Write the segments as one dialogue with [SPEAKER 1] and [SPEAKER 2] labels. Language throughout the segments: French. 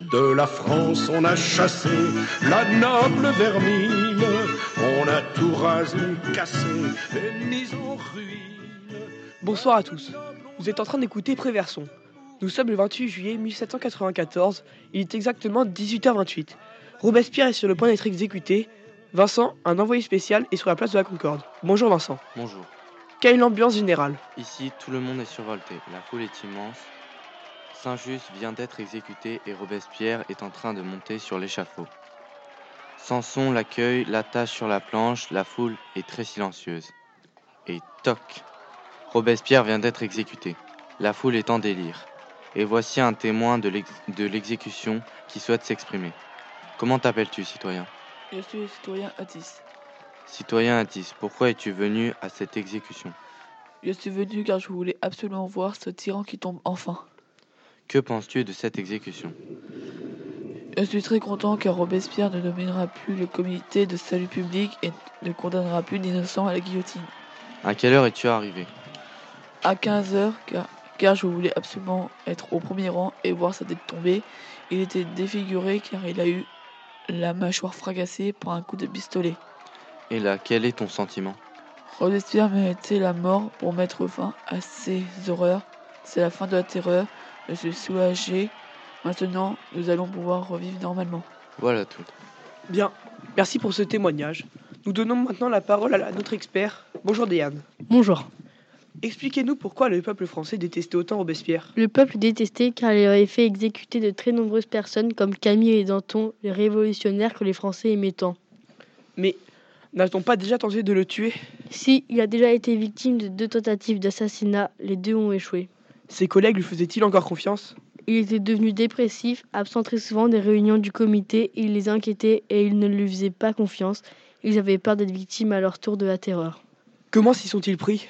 [SPEAKER 1] De la France, on a chassé la noble vermine, on a tout rasé, cassé et mis en ruine.
[SPEAKER 2] Bonsoir à tous. Vous êtes en train d'écouter Préverson. Nous sommes le 28 juillet 1794, il est exactement 18h28. Robespierre est sur le point d'être exécuté. Vincent, un envoyé spécial, est sur la place de la Concorde. Bonjour Vincent.
[SPEAKER 3] Bonjour.
[SPEAKER 2] Quelle est l'ambiance générale
[SPEAKER 3] Ici, tout le monde est survolté. La foule est immense. Saint-Just vient d'être exécuté et Robespierre est en train de monter sur l'échafaud. Samson l'accueille, l'attache sur la planche. La foule est très silencieuse. Et toc Robespierre vient d'être exécuté. La foule est en délire. Et voici un témoin de l'ex- de l'exécution qui souhaite s'exprimer. Comment t'appelles-tu, citoyen
[SPEAKER 4] Je suis le citoyen Atis.
[SPEAKER 3] Citoyen Atis, pourquoi es-tu venu à cette exécution
[SPEAKER 4] Je suis venu car je voulais absolument voir ce tyran qui tombe enfin.
[SPEAKER 3] Que penses-tu de cette exécution
[SPEAKER 4] Je suis très content car Robespierre ne dominera plus le comité de salut public et ne condamnera plus d'innocents à la guillotine.
[SPEAKER 3] À quelle heure es-tu arrivé
[SPEAKER 4] À 15h, car, car je voulais absolument être au premier rang et voir sa tête tomber, il était défiguré car il a eu la mâchoire fracassée par un coup de pistolet.
[SPEAKER 3] Et là, quel est ton sentiment
[SPEAKER 4] Robespierre méritait la mort pour mettre fin à ces horreurs. C'est la fin de la terreur. Je suis soulagé. Maintenant, nous allons pouvoir revivre normalement.
[SPEAKER 3] Voilà tout.
[SPEAKER 2] Bien. Merci pour ce témoignage. Nous donnons maintenant la parole à la- notre expert. Bonjour Diane.
[SPEAKER 5] Bonjour.
[SPEAKER 2] Expliquez-nous pourquoi le peuple français détestait autant Robespierre.
[SPEAKER 5] Le peuple détestait car il avait fait exécuter de très nombreuses personnes comme Camille et Danton, les révolutionnaires que les Français aimaient tant.
[SPEAKER 2] Mais n'a-t-on pas déjà tenté de le tuer
[SPEAKER 5] Si il a déjà été victime de deux tentatives d'assassinat, les deux ont échoué.
[SPEAKER 2] Ses collègues lui faisaient-ils encore confiance
[SPEAKER 5] Il était devenu dépressif, absent très souvent des réunions du comité, il les inquiétait et ils ne lui faisaient pas confiance. Ils avaient peur d'être victimes à leur tour de la terreur.
[SPEAKER 2] Comment s'y sont-ils pris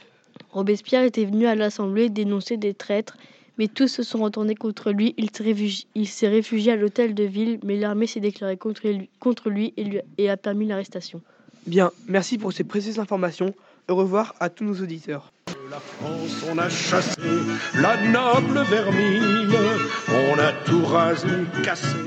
[SPEAKER 5] Robespierre était venu à l'Assemblée dénoncer des traîtres, mais tous se sont retournés contre lui. Il s'est réfugié, il s'est réfugié à l'hôtel de ville, mais l'armée s'est déclarée contre lui, contre lui et, lui et a permis l'arrestation.
[SPEAKER 2] Bien, merci pour ces précieuses informations. Au revoir à tous nos auditeurs.
[SPEAKER 1] De la France, on a chassé la noble vermine, on a tout rasé, cassé.